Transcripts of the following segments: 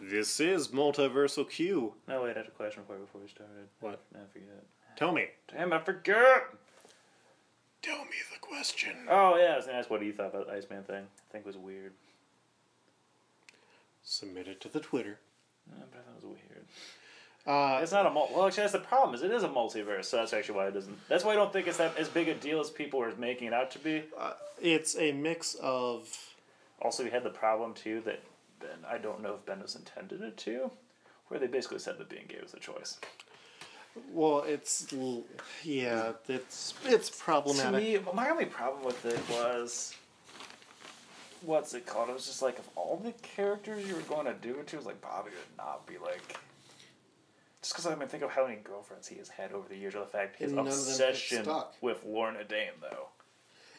This is Multiversal Q. No, wait, I had a question for you before we started. What? I forget. Tell me. Damn, I forget! Tell me the question. Oh, yeah, I was gonna ask what you thought about the Iceman thing. I think it was weird. Submit it to the Twitter. Yeah, but I thought it was weird. Uh, It's not a mul- well. Actually, that's the problem. Is it is a multiverse, so that's actually why it doesn't. That's why I don't think it's that as big a deal as people are making it out to be. uh, it's a mix of. Also, we had the problem too that Ben. I don't know if Bendis intended it to, where they basically said that being gay was a choice. Well, it's l- yeah, it's it's To problematic. me, my only problem with it was, what's it called? It was just like of all the characters you were going to do it to, it was like Bobby would not be like. Just because I mean, think of how many girlfriends he has had over the years, or the fact his And none of them have obsession stuck. with Lorna Dane, though.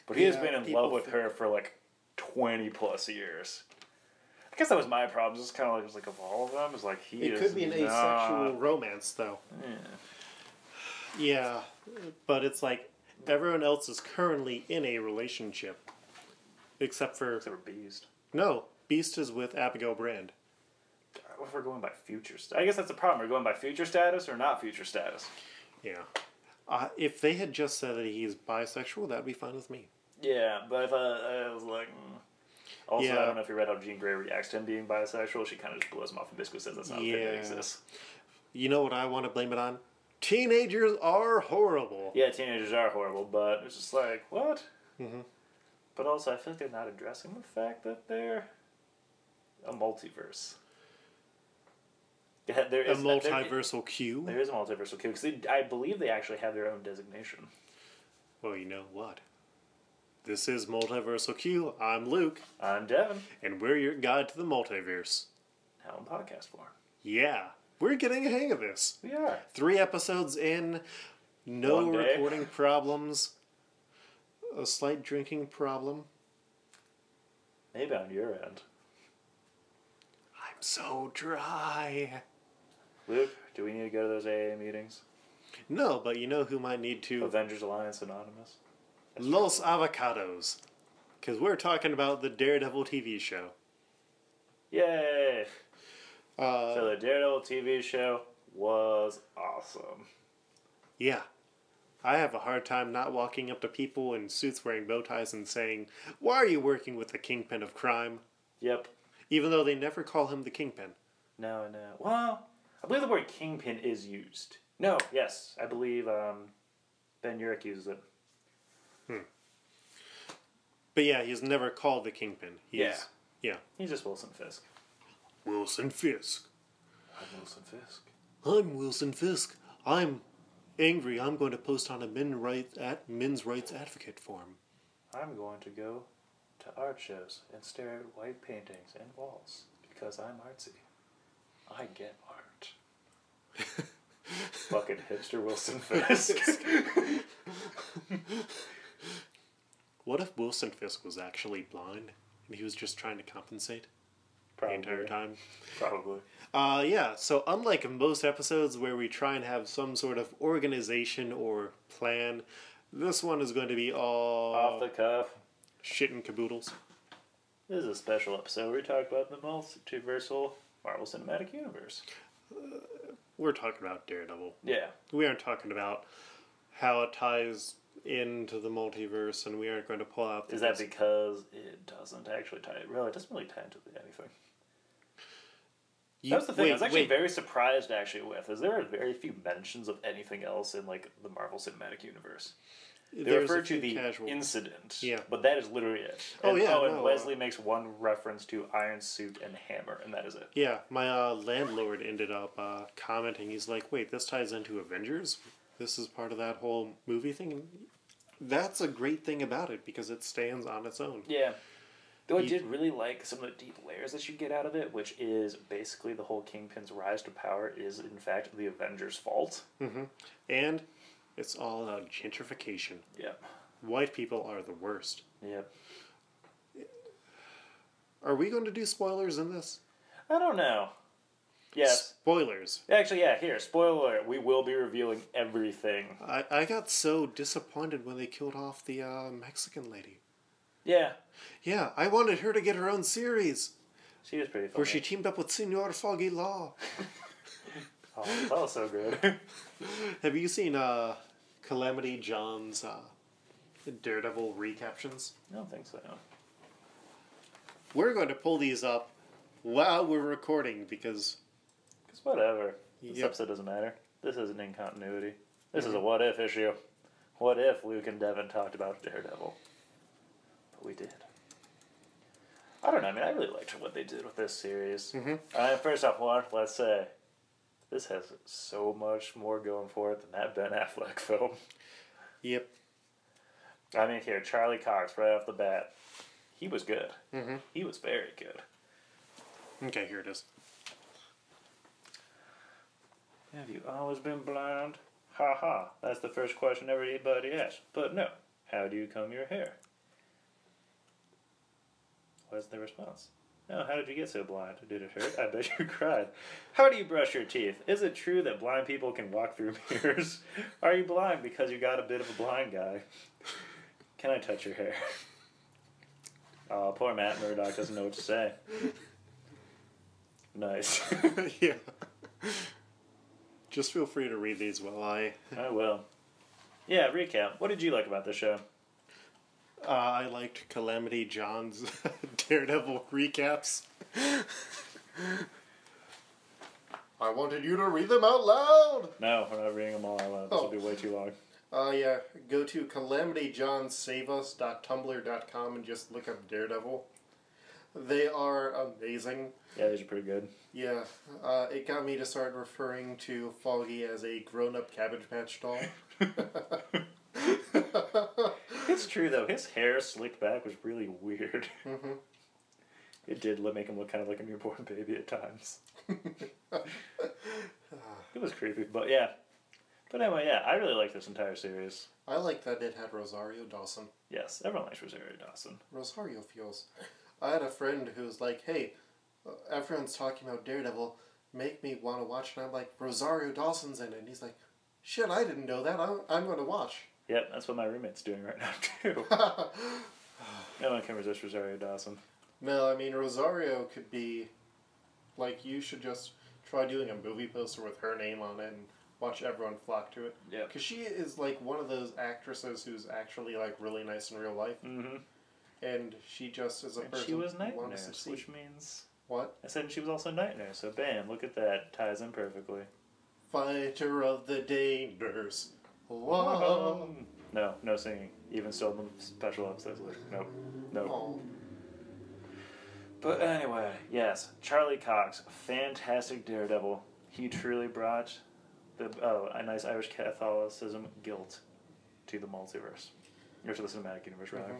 But he has Yeah, been in people love with think- her for like twenty plus years. I guess that was my problem. Just kind of like it was like of all of them, it's like he It is could be an asexual not- romance, though. Yeah. Yeah, but it's like everyone else is currently in a relationship, except for Except for Beast. no. Beast is with Abigail Brand. What if we're going by future status? I guess that's the problem. We're going by future status or not future status. Yeah. Uh, if they had just said that he's bisexual, that'd be fine with me. Yeah, but if I, I was like. mm. Also, I Yeah. don't know if you read how Jean Grey reacts to him being bisexual. She kind of just blows him off and basically says that's not a thing that Yeah. exists. You know what I want to blame it on? Teenagers are horrible. Yeah, teenagers are horrible, but it's just like, what? Mm-hmm. But also, I feel like they're not addressing the fact that they're a multiverse. Yeah, there A is There, multiversal Q. there is a multiversal cube because I believe they actually have their own designation. Well, you know what? This is Multiversal Q. I'm Luke, I'm Devin. and we're your guide to the multiverse. How in podcast form? Yeah, we're getting a hang of this. We are. Three episodes in, no One day. recording problems, a slight drinking problem. Maybe on your end. I'm so dry. Luke, do we need to go to those AA meetings? No, but you know who might need to? Avengers Alliance Anonymous? Los Avocados. Because we're talking about the Daredevil TV show. Yay! Uh, so the Daredevil TV show was awesome. Yeah. I have a hard time not walking up to people in suits wearing bow ties and saying, Why are you working with the kingpin of crime? Yep. Even though they never call him the kingpin. No, no. Well, I believe the word kingpin is used. No, yes. I believe um, Ben Urich uses it. But yeah, he's never called the kingpin. He's, Yeah. He's just Wilson Fisk. Wilson Fisk. I'm Wilson Fisk. I'm Wilson Fisk. I'm angry. I'm going to post on a men rights at men's rights advocate forum. I'm going to go to art shows and stare at white paintings and walls because I'm artsy. I get art. Fucking hipster Wilson Fisk. What if Wilson Fisk was actually blind and he was just trying to compensate probably, the entire time? Probably. Uh, yeah, so unlike most episodes where we try and have some sort of organization or plan, this one is going to be all Off the cuff. shit and caboodles. This is a special episode where we talk about the multiversal Marvel Cinematic Universe. We're talking about Daredevil. Yeah. We aren't talking about how it ties into the multiverse, and we aren't going to pull out the Is that because it doesn't actually tie it? Really, it doesn't really tie into anything. You- That was the thing I wait, was actually wait. very surprised actually with is there are very few mentions of anything else in like the Marvel Cinematic Universe. They There's a refer few to the casual- incident. Yeah. But that is literally it. Oh, And- yeah, Oh, and no, Leslie makes one reference to Iron Suit and Hammer, and that is it. Yeah, my uh, landlord ended up uh, commenting. He's like, "Wait, this ties into Avengers. This is part of that whole movie thing." And that's a great thing about it because it stands on its own. Yeah. Though I You- did really like some of the deep layers that you get out of it, which is basically the whole Kingpin's rise to power is in fact the Avengers' fault. And it's all about gentrification. Yep. White people are the worst. Yep. Are we going to do spoilers in this? I don't know. Yes. Spoilers. Actually, yeah, here, spoiler alert, we will be revealing everything. I, I got so disappointed when they killed off the uh, Mexican lady. Yeah. Yeah, I wanted her to get her own series. She was pretty funny. where she teamed up with Senor Foggy Law. oh, that was so good. Have you seen uh, Calamity John's uh, Daredevil recaptions? I don't think so. We're going to pull these up while we're recording because Because whatever. This Yep. episode doesn't matter. This isn't in continuity. This is a what if issue. What if Luke and Devin talked about Daredevil? But we did. I don't know. I mean, I really liked what they did with this series. Mm-hmm. Uh, first off, one, let's say this has so much more going for it than that Ben Affleck film. yep, I mean, here Charlie Cox right off the bat, he was good. Mm-hmm. He was very good. okay, here it is. Have you always been blind? Ha ha, that's the first question everybody asks. But no, how do you comb your hair? What's the response? No, how did you get so blind? Did it hurt? I bet you cried. How do you brush your teeth? Is it true that blind people can walk through mirrors? Are you blind because you got a bit of a blind guy? Can I touch your hair? Oh, poor Matt Murdock doesn't know what to say. Nice. yeah. Just feel free to read these while I. I will. Oh, Yeah, recap. What did you like about the show? Uh, I liked Calamity John's Daredevil recaps. I wanted you to read them out loud! No, we're not reading them all out loud. This Oh. will be way too long. Uh, yeah, go to calamityjohnsaveus.tumblr.com and just look up Daredevil. They are amazing. Yeah, these are pretty good. Yeah, uh, it got me to start referring to Foggy as a grown-up Cabbage Patch doll. It's true though. His hair slicked back was really weird. Mhm. It did look- make him look kind of like a newborn baby at times. it was creepy, but yeah. But anyway, yeah, I really like this entire series. I like that it had Rosario Dawson. Yes, everyone likes Rosario Dawson. Rosario feels. I had a friend who was like, "Hey, uh, everyone's talking about Daredevil. Make me want to watch." And I'm like, "Rosario Dawson's in it." And he's like, "Shit, I didn't know that. I'm, I'm going to watch." Yep, that's what my roommate's doing right now too. no one can resist Rosario Dawson. No, I mean Rosario could be, like, you should just try doing a movie poster with her name on it and watch everyone flock to it. Yeah. Because she is like one of those actresses who's actually like really nice in real life, Mm-hmm. and she just is a And person. she was Night who wanted to Nurse, succeed. which means What I said she was also Night Nurse, so bam, look at that. Ties in perfectly. fighter of the day nurse? Whoa. No, no singing. Even still in the special episodes. Like, nope. Nope. Oh, But anyway, yes, Charlie Cox, fantastic daredevil. He truly brought the oh, a nice Irish Catholicism guilt to the multiverse. Or to the cinematic universe, rather. Mhm.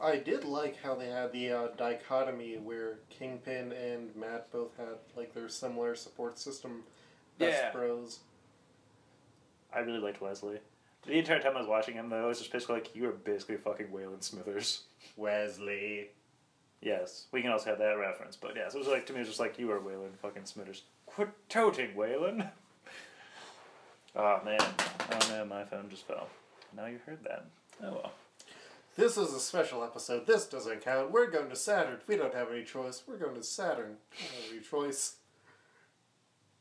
Uh, I did like how they had the uh, dichotomy where Kingpin and Matt both had like their similar support system, best Yeah. bros. I really liked Wesley. The entire time I was watching him, though, it was just basically like, you are basically fucking Waylon Smithers. Wesley. Yes, we can also have that reference. But yes, it was like to me, it was just like you are Waylon fucking Smithers. Quit toting, Waylon. Oh man, oh no, my phone just fell. Now you heard that. Oh well. This is a special episode. This doesn't count. We're going to Saturn. We don't have any choice. We're going to Saturn. We don't have any choice.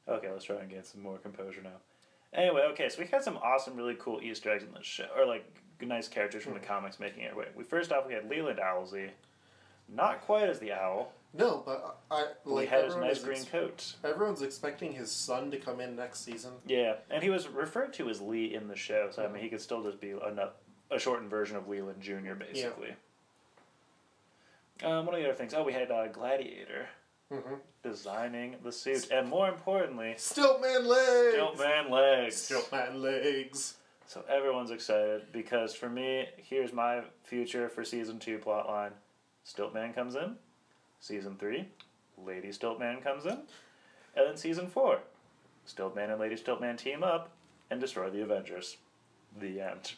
Okay, let's try and get some more composure now. Anyway, okay, so we had some awesome, really cool Easter eggs in this show, or like nice characters from the comics making their way. We first off we had Leland Owlsy, not quite as the owl. No, but I I- But like we had his everyone nice is green ex- coat. everyone's expecting his son to come in next season. Yeah, and he was referred to as Lee in the show, so I mean, he could still just be a, a shortened version of Leland Jr., basically. Um, one of the other things, oh, we had uh, Gladiator Mhm. designing the suit, and more importantly, Stilt man legs. Stilt Man Legs. Stilt man legs. So everyone's excited because for me, here's my future for season two plotline Stiltman comes in, season three, Lady Stiltman comes in, and then season four, Stiltman and Lady Stiltman team up and destroy the Avengers. The end.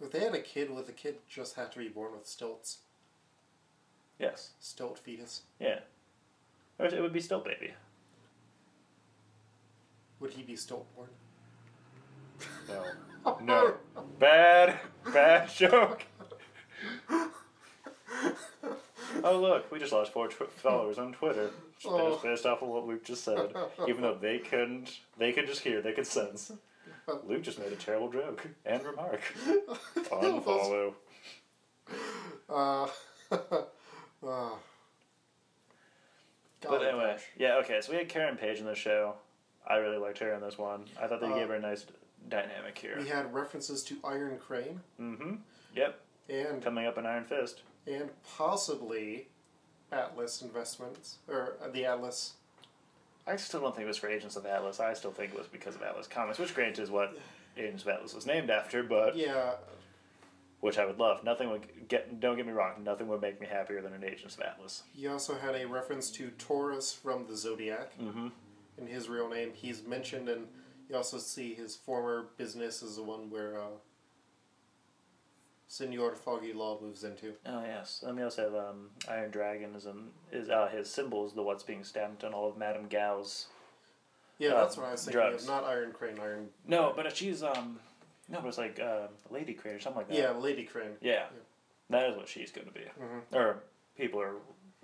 If they had a kid with a kid, just had to be born with stilts. Yes. Stilt fetus. Yeah. Or it would be Stilt Baby. Would he be stilt born? No. No. Bad, bad joke. oh look, we just lost four tw- followers on Twitter. Just Oh. based off of what Luke just said, even though they couldn't, they could just hear, they could sense. Luke just made a terrible joke and remark. Unfollow. Uh, uh, But anyway, yeah, okay. So we had Karen Page in the show. I really liked her in this one. I thought they Uh, gave her a nice dynamic here. we had references to Iron Crane Mm-hmm. Yep. and Coming up in Iron Fist. and possibly Atlas Investments or uh, the Atlas. I still don't think it was for Agents of Atlas. I still think it was because of Atlas Comics, which granted is what Agents of Atlas was named after, but Yeah, which I would love. Nothing would get. Don't get me wrong. Nothing would make me happier than an Agents of Atlas. he also had a reference to Taurus from the Zodiac Mm-hmm. in his real name. He's mentioned, and you also see his former business is the one where uh, Senor Foggy Law moves into. Oh yes. And we also have um, Iron Dragon is in, is uh, his symbol is the what's being stamped on all of Madame Gao's. Yeah, Uh, that's what I was thinking drugs. of. Not Iron Crane, Iron. No, but she's um, no, but it's like uh, Lady Crane or something like that. Yeah, Lady Crane. Yeah. Mm-hmm. That is what she's going to be. Or people are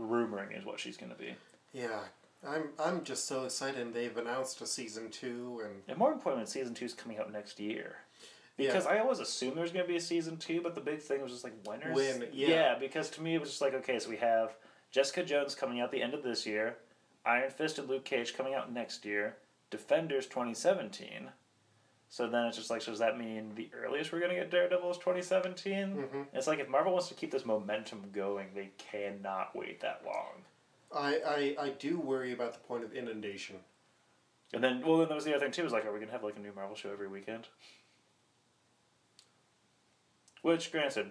rumoring is what she's going to be. Yeah, I'm I'm just so excited. They've announced a season two, and And more importantly, season two is coming out next year. Um, Yeah. Because I always assumed there's going to be a season two, but the big thing was just like winners. When, yeah. because to me it was just like, okay, so we have Jessica Jones coming out the end of this year, Iron Fist and Luke Cage coming out next year, Defenders 2017. So then it's just like, so does that mean the earliest we're going to get Daredevil is 2017? Mm-hmm. It's like, if Marvel wants to keep this momentum going, they cannot wait that long. I, I I do worry about the point of inundation. And then, well, then that was the other thing too. Is like, are we gonna have like a new Marvel show every weekend? Which, granted,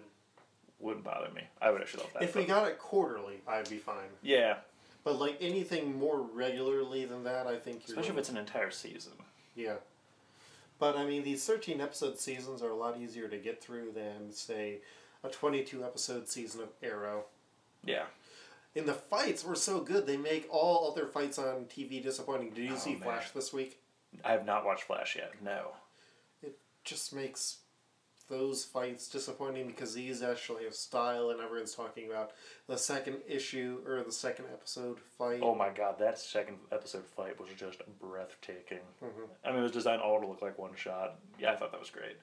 wouldn't bother me. I would actually love that. If we but- got it quarterly, I'd be fine. yeah, But like anything more regularly than that, I think you're. especially if it's an entire season. Yeah. But I mean, these 13 episode seasons are a lot easier to get through than, say, a 22 episode season of Arrow. Yeah. And the fights were so good, they make all other fights on TV disappointing. Did you Oh, see man. Flash this week? I have not watched Flash yet. No. It just makes those fights disappointing because these actually have style, and everyone's talking about the second issue or the second episode fight. Oh my god, that second episode fight was just breathtaking. Mm-hmm. I mean, it was designed all to look like one shot. Yeah, I thought that was great.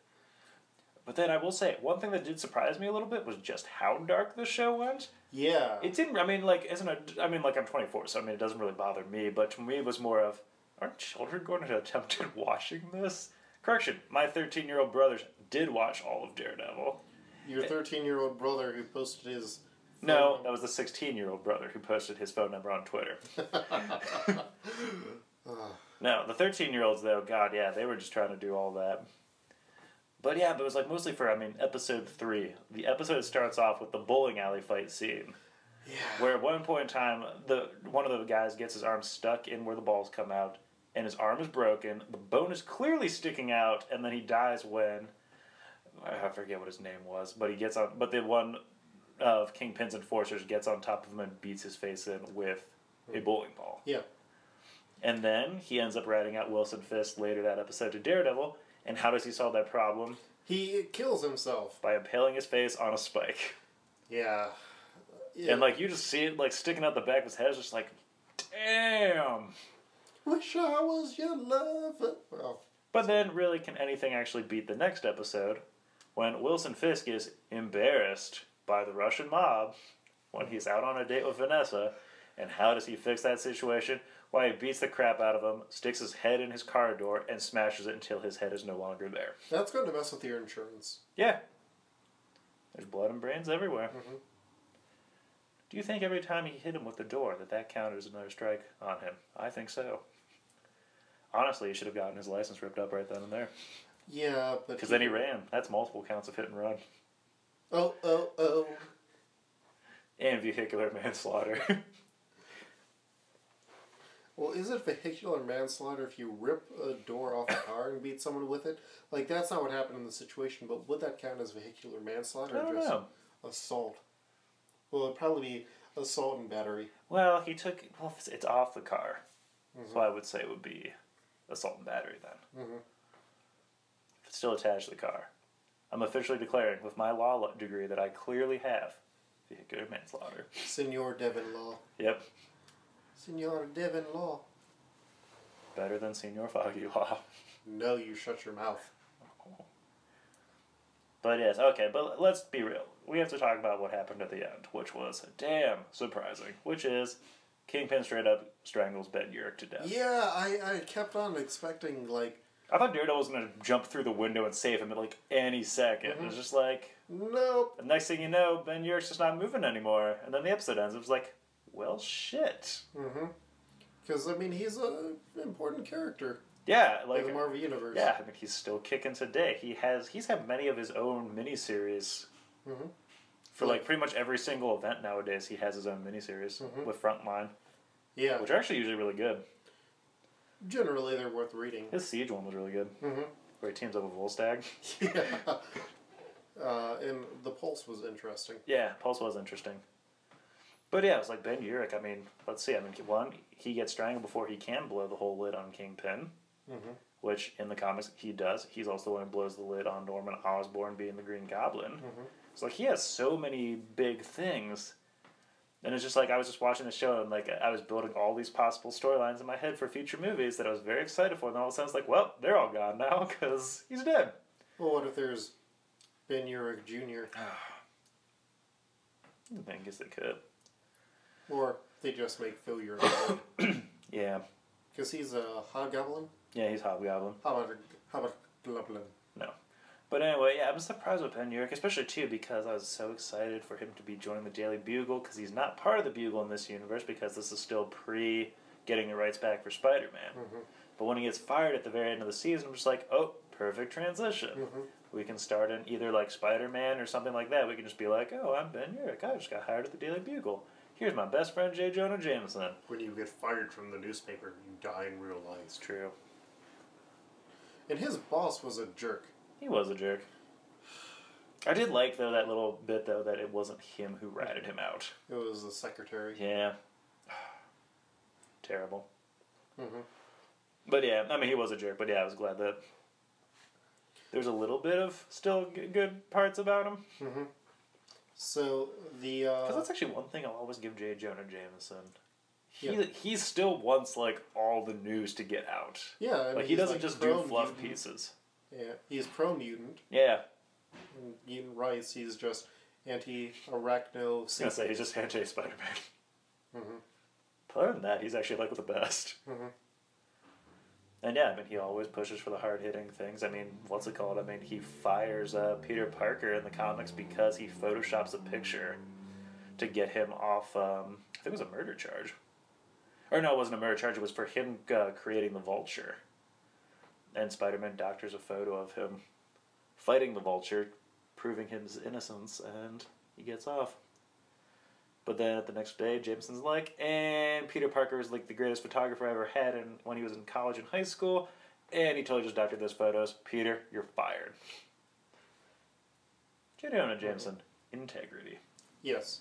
But then I will say, one thing that did surprise me a little bit was just how dark the show went. Yeah. It didn't. I mean, like, isn't it? I mean, like, I'm 24, so I mean, it doesn't really bother me. But to me, it was more of, aren't children going to attempt at watching this? Correction, my 13 year old brothers did watch all of Daredevil. Your 13 year old brother who posted his. No, that was the 16 year old brother who posted his phone number on Twitter. no, the 13 year olds, though, God, yeah, they were just trying to do all that. But yeah, but it was like mostly for, I mean, episode three. The episode starts off with the bowling alley fight scene. Yeah. where at one point in time the one of the guys gets his arm stuck in where the balls come out and his arm is broken the bone is clearly sticking out and then he dies when i forget what his name was but he gets on but the one of kingpin's enforcers gets on top of him and beats his face in with a bowling ball Yeah. and then he ends up ratting out wilson fisk later that episode to daredevil and how does he solve that problem He kills himself. by impaling his face on a spike Yeah. and like you just see it like sticking out the back of his head it's just like damn wish I was your lover. Well, But then, really, can anything actually beat the next episode when Wilson Fisk is embarrassed by the Russian mob when he's out on a date with Vanessa? And how does he fix that situation? Why, he beats the crap out of him, sticks his head in his car door, and smashes it until his head is no longer there. that's going to mess with your insurance. Yeah. There's blood and brains everywhere. Mhm. Do you think every time he hit him with the door that that counted as another strike on him? I think so. Honestly, he should have gotten his license ripped up right then and there. Yeah, but Because then he ran. That's multiple counts of hit and run Oh oh oh. and vehicular manslaughter. Well, is it vehicular manslaughter if you rip a door off a car and beat someone with it? Like that's not what happened in the situation, but would that count as vehicular I manslaughter? or don't just know. Assault. Well, it'd probably be assault and battery. Well, he took. Well, it's- it's off the car, so I would say it would be assault and battery then. Mhm. If it's still attached to the car, I'm officially declaring with my law lo- degree that I clearly have vehicular manslaughter. Senor Devon Law. Yep, Senor Devon Law. better than Senor Foggy Law. No, you shut your mouth. But yes, okay, but let's be real. We have to talk about what happened at the end, which was damn surprising, which is Kingpin straight up strangles Ben Urich to death. Yeah, I, I kept on expecting, like, I thought Daredevil was going to jump through the window and save him at like any 2nd It was just like, nope. the next thing you know, Ben Urich's just not moving anymore. And then the episode ends. It was like, well, shit. Because, Mm-hmm. I mean, he's a important character Yeah, like, in the Marvel Universe. yeah, I mean, he's still kicking today. He has, he's had many of his own miniseries. Mhm. For like pretty much every single event nowadays, he has his own miniseries with Frontline, Yeah. which are actually usually really good. Generally, they're worth reading. His Siege one was really good, hmm where he teams up with Volstagg. yeah. Uh, and the pulse was interesting. Yeah, Pulse was interesting. But yeah, it was like Ben Urich. I mean, let's see. I mean, one, he gets strangled before he can blow the whole lid on Kingpin, Mhm. which in the comics he does. He's also the one who blows the lid on Norman Osborn being the Green Goblin. It's like he has so many big things. And it's just like I was just watching the show and like I was building all these possible storylines in my head for future movies that I was very excited for. And all of a sudden it's like, well, they're all gone now because he's dead. Well, what if there's Ben Urich Jr. I guess they could. or they just make Phil Urich Yeah. because he's a hobgoblin. Yeah, he's Hobgoblin. Hobbit, hobgoblin. No. But anyway, yeah, I'm surprised with Ben Urich, especially too because I was so excited for him to be joining the Daily Bugle because he's not part of the Bugle in this universe because this is still pre getting the rights back for Spider Man. But when he gets fired at the very end of the season, I'm just like, oh, perfect transition. We can start in either like Spider Man or something like that. We can just be like, oh, I'm Ben Urich. I just got hired at the Daily Bugle. Here's my best friend, J. Jonah Jameson. When you get fired from the newspaper, you die in real life. It's true. And his boss was a jerk. He was a jerk. I did like though that little bit though that it wasn't him who ratted him out. It was the secretary. Yeah. Terrible. Mhm. But yeah, I mean he was a jerk, but yeah, I was glad that there's a little bit of still g- good parts about him. So the Because uh, that's actually one thing I'll always give J. Jonah Jameson. He, Yeah. he still wants like all the news to get out. yeah, I mean, Like he he's, doesn't like, just do fluff pro-mutant. pieces. Yeah, he's pro mutant. Yeah, And Ian Rice, he's just anti arachno. I was gonna say he's just anti Spider Man. Mhm. But other than that, he's actually like the best. Mhm. And yeah, I mean, he always pushes for the hard hitting things. I mean, what's it called? I mean, he fires uh, Peter Parker in the comics because he photoshops a picture to get him off. Um, I think it was a murder charge. Or no, it wasn't a murder charge. It was for him uh, creating the Vulture. And Spider Man doctors a photo of him fighting the Vulture, proving his innocence, and he gets off. But then the next day, Jameson's like, and Peter Parker is like the greatest photographer I ever had, and when he was in college and high school, and he totally just doctored those photos. Peter, you're fired. J. Jonah Jameson, integrity. Yes.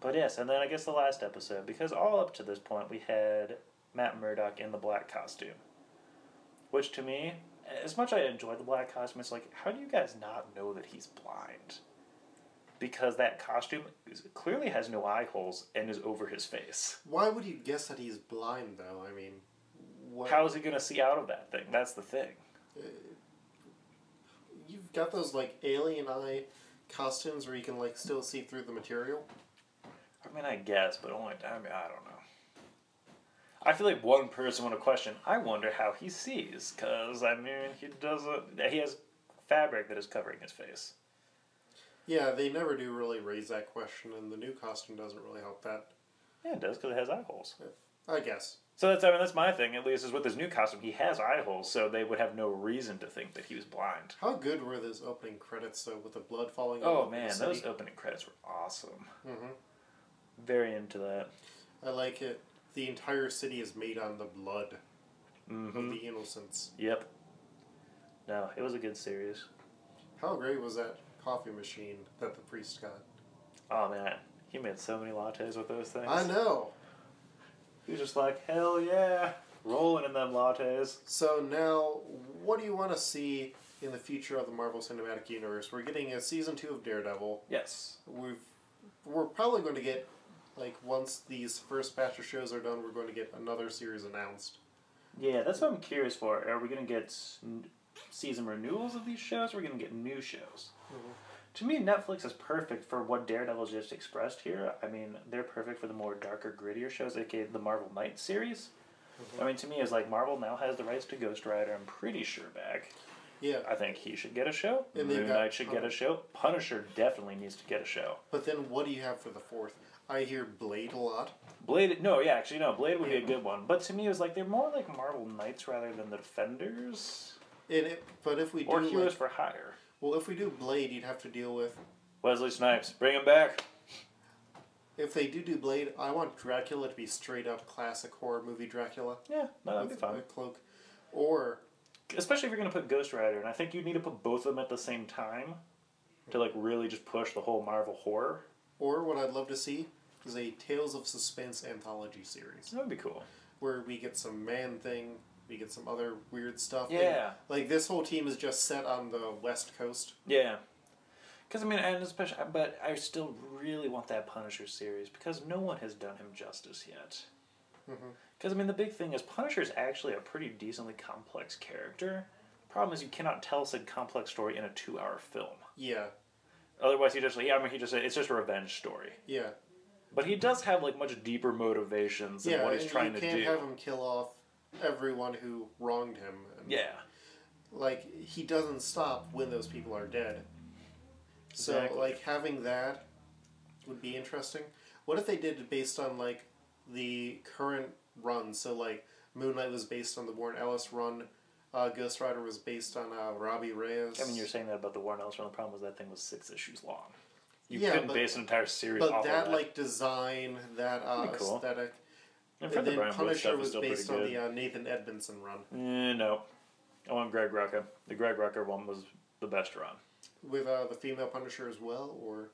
But yes, and then I guess the last episode, because all up to this point we had Matt Murdock in the black costume. Which to me, as much I enjoyed the black costume, it's like, how do you guys not know that he's blind? Because that costume is, clearly has no eye holes and is over his face. Why would you guess that he's blind, though? I mean, what? How is he going to see out of that thing? That's the thing. You've got those, like, alien eye costumes where you can, like, still see through the material? I mean, I guess, but only, I mean, I don't know. I feel like one person would have questioned, I wonder how he sees, because, I mean, he doesn't, he has fabric that is covering his face. Yeah, they never do really raise that question, and the new costume doesn't really help that. Yeah, it does, because it has eye holes. I guess. So that's, I mean, that's my thing, at least, is with his new costume, he has eye holes, so they would have no reason to think that he was blind. How good were those opening credits, though, with the blood falling all Oh, over the man, city? those opening credits were awesome. Mhm. Very into that. I like it. The entire city is made on the blood hmm of the innocents. Yep. No, it was a good series. How great was that coffee machine that the priest got? Oh, man, he made so many lattes with those things. I know. He was just like, hell yeah, rolling in them lattes. So now, what do you want to see in the future of the Marvel Cinematic Universe. We're getting a season two of Daredevil. Yes. We've we're probably going to get like once these first batch of shows are done, we're going to get another series announced. Yeah, that's what I'm curious for. Are we going to get s- n- season renewals of these shows? Or are we going to get new shows? Mm-hmm. To me, Netflix is perfect for what Daredevil just expressed here. I mean, they're perfect for the more darker, grittier shows, aka the Marvel Knights series. Mm-hmm. I mean, to me, it's like Marvel now has the rights to Ghost Rider. I'm pretty sure back. Yeah, I think he should get a show. And they've Moon got Knight should get a show. Punisher definitely needs to get a show. but then what do you have for the fourth? I hear Blade a lot. Blade, no, yeah, actually, no, Blade would be a good one. But to me, it was like they're more like Marvel Knights rather than the Defenders And it, but if we do, or like- Heroes for Hire. well, if we do Blade, you'd have to deal with. Wesley Snipes, bring him back. If they do do Blade, I want Dracula to be straight up classic horror movie Dracula Yeah, no, that'd be with fun. a cloak, or Especially if you're gonna put Ghost Rider, and I think you need to put both of them at the same time to like really just push the whole Marvel horror. Or what I'd love to see is a Tales of Suspense anthology series That would be cool. where we get some man thing, we get some other weird stuff. and, Yeah. like this whole team is just set on the West Coast. Yeah. Because I mean, and especially, but I still really want that Punisher series because no one has done him justice yet. Mm-hmm. Because I mean, the big thing is Punisher is actually a pretty decently complex character. Problem is, you cannot tell said complex story in a two-hour film. Yeah, Otherwise, you just like, yeah, I mean, he just it's just a revenge story. yeah, But he does have like much deeper motivations than yeah. what he's and trying you to can't do. have him kill off everyone who wronged him. And, Yeah. like he doesn't stop when those people are dead. So Exactly. like having that would be interesting. What if they did it based on like the current run? So like Moonlight was based on the Warren Ellis run. Uh, Ghost Rider was based on uh, Robbie Reyes. I mean, you're saying that about the Warren Ellis run. The problem was that thing was six issues long. You Yeah, couldn't but- base an entire series off but of that, that. like design, that uh, That'd be cool. aesthetic, and and, for the then Brian Wood Punisher stuff is was still pretty based on the good. uh, Nathan Edmondson run Eh, no, I want Greg Rucka. The Greg Rucka one was the best run. with uh, the female Punisher as well, or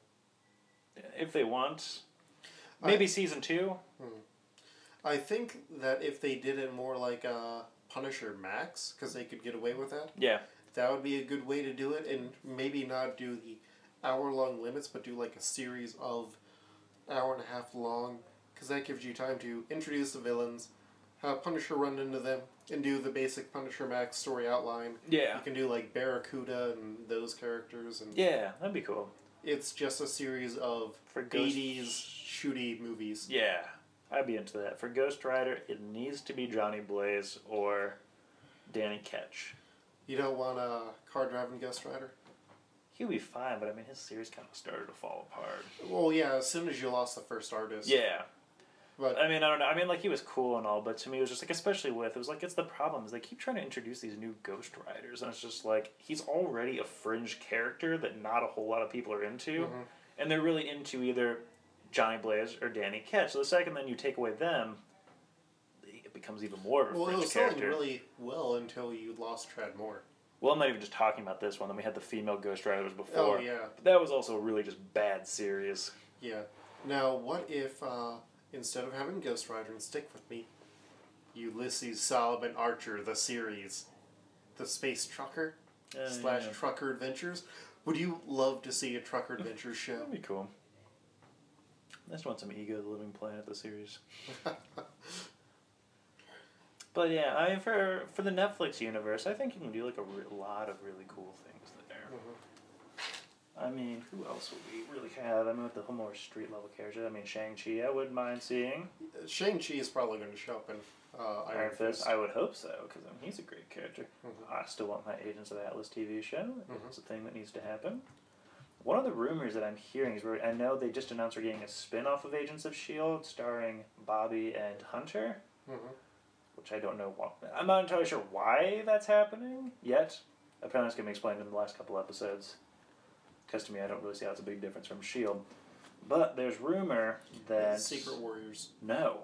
If they want, maybe season two. I think that if they did it more like uh, Punisher Max, because they could get away with that, Yeah, that would be a good way to do it, and maybe not do the hour long limits, but do like a series of hour and a half long, because that gives you time to introduce the villains, have Punisher run into them, and do the basic Punisher Max story outline. yeah, You can do like Barracuda and those characters, and yeah. That'd be cool. it's just a series of For Ghost- 80s shooty movies. Yeah, I'd be into that. For Ghost Rider, it needs to be Johnny Blaze or Danny Ketch. You don't want a car driving Ghost Rider? He'll be fine, but I mean, his series kind of started to fall apart. Well, yeah, as soon as you lost the first artist. Yeah. But I mean, I don't know. I mean, like he was cool and all, but to me, it was just like, especially with it was like, it's the problem is they keep trying to introduce these new Ghost Riders, and it's just like he's already a fringe character that not a whole lot of people are into, Mm-hmm. and they're really into either Johnny Blaze or Danny Ketch. So the second then you take away them, it becomes even more of a well, it fringe was selling character. really well until you lost Trad Moore. Well, I'm not even just talking about this one. Then we had the female Ghost Riders Oh before. yeah, But that was also a really just bad series. yeah. Now what if uh, instead of having Ghost Rider and Stick with Me, Ulysses Solomon Archer the series, the space trucker Uh, slash yeah. trucker adventures? Would you love to see a trucker adventures show? That'd be cool. I just want some Ego the Living Planet the series. but yeah, I for for the Netflix universe, I think you can do like a re- lot of really cool things there. I mean, who else would we really have? I mean, with the whole more street level characters, I mean, Shang Chi, I wouldn't mind seeing. Shang Chi is probably going to show up in uh, Iron, Fist, Mm-hmm. I would hope so because I mean, he's a great character. I still want my Agents of Atlas TV show. It's a thing that needs to happen. One of the rumors that I'm hearing is where I know they just announced we're getting a spin off of Agents of S.H.I.E.L.D. E starring Bobby and Hunter, Mhm. which I don't know why. I'm not entirely sure why that's happening yet. Apparently, it's going to be explained in the last couple episodes. Because to me, I don't really see how it's a big difference from S.H.I.E.L.D. E But there's rumor that. Secret Warriors. No.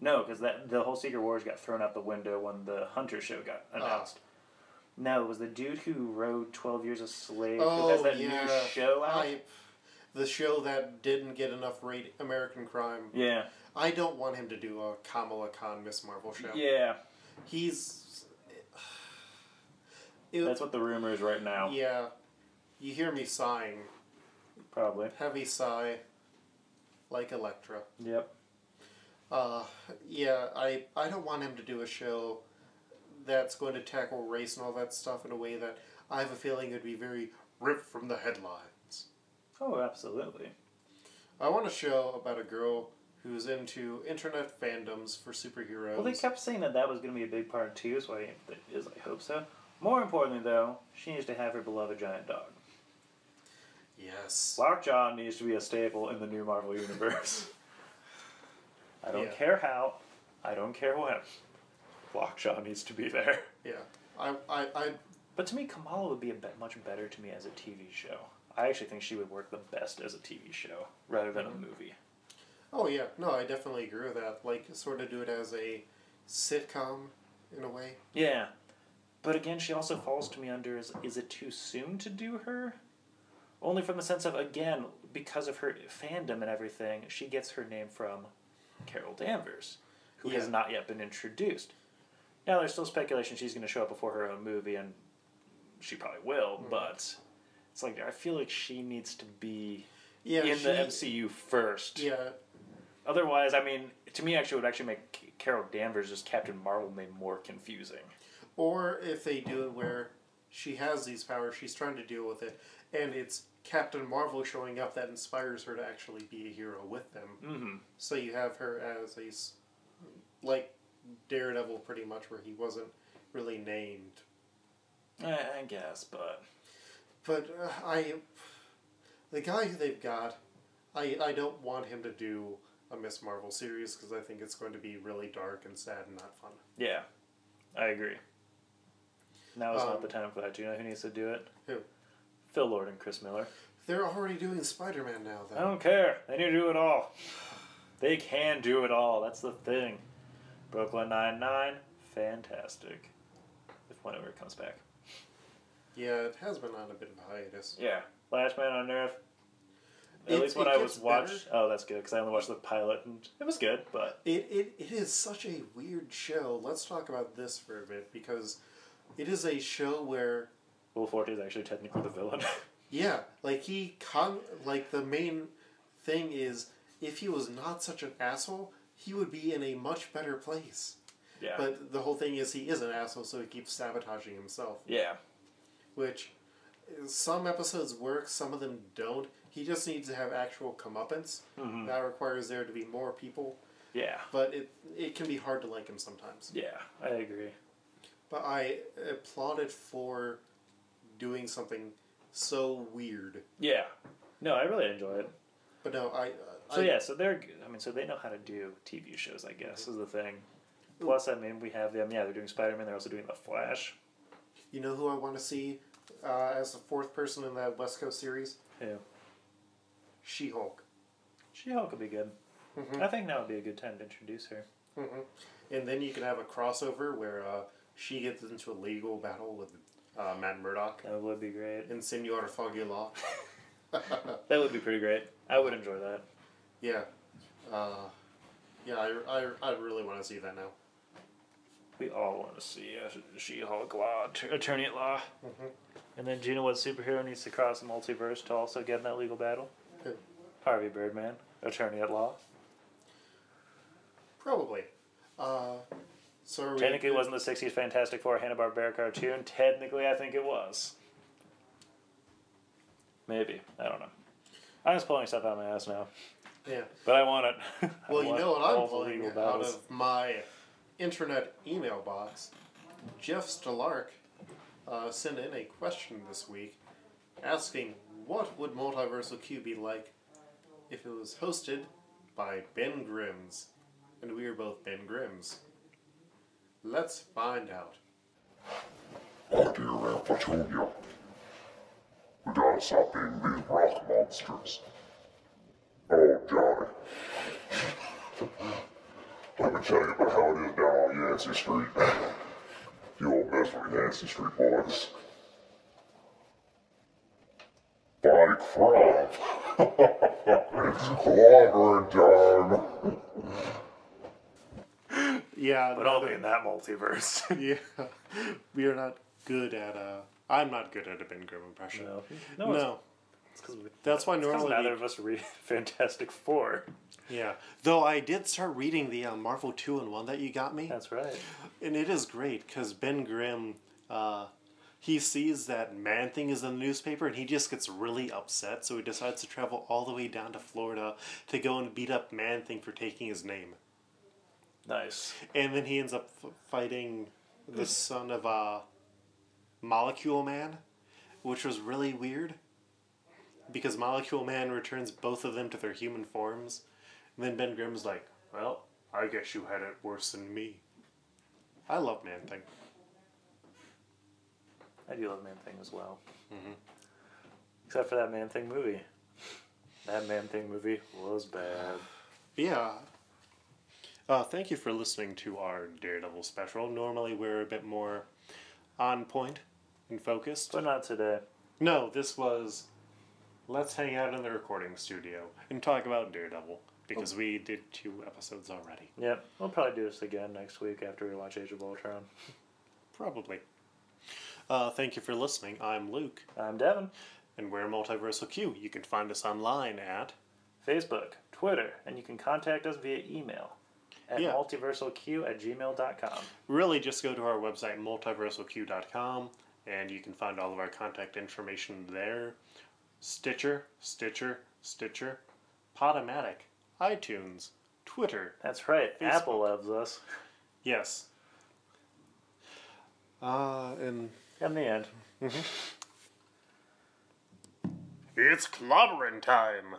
No, because that the whole Secret Wars got thrown out the window when the Hunter show got Ah. announced. No, it was the dude who wrote Twelve Years a Slave who has Oh that yeah, new show out. I- the show that didn't get enough rate American Crime. Yeah, I don't want him to do a Kamala Khan Miss Marvel show. yeah, He's It- That's what the rumor is right now. yeah. You hear me sighing. Probably. Heavy sigh. Like Electra. Yep. Uh, yeah, I, I don't want him to do a show that's going to tackle race and all that stuff in a way that I have a feeling would be very ripped from the headlines. Oh, absolutely. I want a show about a girl who's into internet fandoms for superheroes. Well, they kept saying that that was going to be a big part too, so I that is I hope so. More importantly, though, she needs to have her beloved giant dog. yes. Lockjaw needs to be a staple in the new Marvel universe. I don't Yeah. care how. I don't care when. Lockjaw needs to be there. Yeah. I, I, I, But to me, Kamala would be a bet much better to me as a TV show. I actually think she would work the best as a TV show rather than a movie. oh yeah, no, I definitely agree with that. Like, sort of do it as a sitcom in a way. Yeah. But again, she also falls to me under is, is it too soon to do her? Only from the sense of, again, because of her fandom and everything, she gets her name from Carol Danvers, who has Yeah. not yet been introduced. Now, there's still speculation she's going to show up before her own movie, and she probably will, Mm. but it's like, I feel like she needs to be Yeah. in she, the MCU first. Yeah. Otherwise, I mean, to me, actually, it would actually make C- Carol Danvers as Captain Marvel made more confusing. Or if they do it where she has these powers, she's trying to deal with it, and it's Captain Marvel showing up that inspires her to actually be a hero with them. Mm-hmm. So you have her as a, s- like Daredevil, pretty much, where he wasn't really named. I, I guess, but But uh, I, the guy who they've got, I I don't want him to do a Miss Marvel series because I think it's going to be really dark and sad and not fun. yeah, I agree. Now is Um, not the time for that. Do you know who needs to do it? Who? Phil Lord and Chris Miller. They're already doing Spider Man now, though. I don't care. They need to do it all. They can do it all. That's the thing. Brooklyn Nine Nine, fantastic. If whenever it comes back. Yeah, it has been on a bit of a hiatus. Yeah. Last Man on Earth. At It- least when it I gets was watched. Oh, that's good because I only watched the pilot and it was good, but It, it, it is such a weird show. Let's talk about this for a bit because it is a show where Will Forte is actually technically the villain. Yeah, like he con like the main thing is if he was not such an asshole, he would be in a much better place. yeah. But the whole thing is he is an asshole, so he keeps sabotaging himself. yeah. Which uh, some episodes work, some of them don't. He just needs to have actual comeuppance. Mm-hmm. That requires there to be more people, Yeah. but it it can be hard to like him sometimes. Yeah. I agree. But I applaud it for doing something so weird. Yeah. No, I really enjoy it. But no, I So I, yeah, so they're good. I mean, so they know how to do TV shows, I guess, is the thing. Plus, I mean, we have them. Yeah, they're doing Spider Man. They're also doing The Flash. You know who I want to see uh, as the fourth person in that West Coast series? Yeah. She Hulk. She Hulk would be good. I think now would be a good time to introduce her. Mm-hmm. And then you can have a crossover where uh, she gets into a legal battle with uh, Matt Murdock That would be great. and Senor Foggy Law. That would be pretty great. I would enjoy that. Yeah. Uh, yeah, I, I, I really want to see that now. We all want to see a She Hulk law att- attorney at law. And then, do you know what superhero needs to cross the multiverse to also get in that legal battle? Who? Harvey Birdman, attorney at law. Probably. Uh, so are we- Technically, it wasn't the 60s Fantastic Four Hanna Barbera cartoon. Technically, I think it was. Maybe. I don't know. I'm just pulling stuff out of my ass now. Yeah. But I want it. I Well, you want know what all I'm the pulling legal out battles. of my internet email box. Jeff Stelark uh, sent in a question this week asking what would Multiversal Q be like if it was hosted by Ben Grimms? And we are both Ben Grimms. Let's find out. Oh dear Aunt Petunia. We gotta stop being these rock monsters. Oh, Johnny. Let me tell you about how it is down on Yancey Street. you old mess with Yancey Street boys. By crap. it's clobbering time. Yeah, But I'll be in that multiverse. yeah, we are not good at a. I'm not good at a Ben Grimm impression. No, No, no, it's- it's because that's why normally. neither of us read Fantastic Four. yeah, though I did start reading the uh, Marvel two and one that you got me. That's right. And it is great because Ben Grimm, uh, he sees that Man Thing is in the newspaper and he just gets really upset. So he decides to travel all the way down to Florida to go and beat up Man Thing for taking his name. Nice. And then he ends up f- fighting the son of uh, Molecule Man, which was really weird because Molecule Man returns both of them to their human forms. And then Ben Grimm's like, Well, I guess you had it worse than me. I love Man Thing. I do love Man Thing as well. Mm-hmm. Except for that Man Thing movie. That Man Thing movie was bad. Yeah. Uh, thank you for listening to our Daredevil special. Normally we're a bit more on point and focused. But not today. No, this was let's hang out in the recording studio and talk about Daredevil because we did two episodes already. Yep. We'll probably do this again next week after we watch Age of Ultron. Probably. Uh, thank you for listening. I'm Luke, I'm Devin. and we're Multiversal Q. You can find us online at Facebook, Twitter, and you can contact us via email at Yeah. multiversalq at gmail.com. really just go to our website multiversalq.com and you can find all of our contact information there stitcher stitcher stitcher podomatic itunes twitter That's right. Apple loves us. yes uh and In the end. it's clobbering time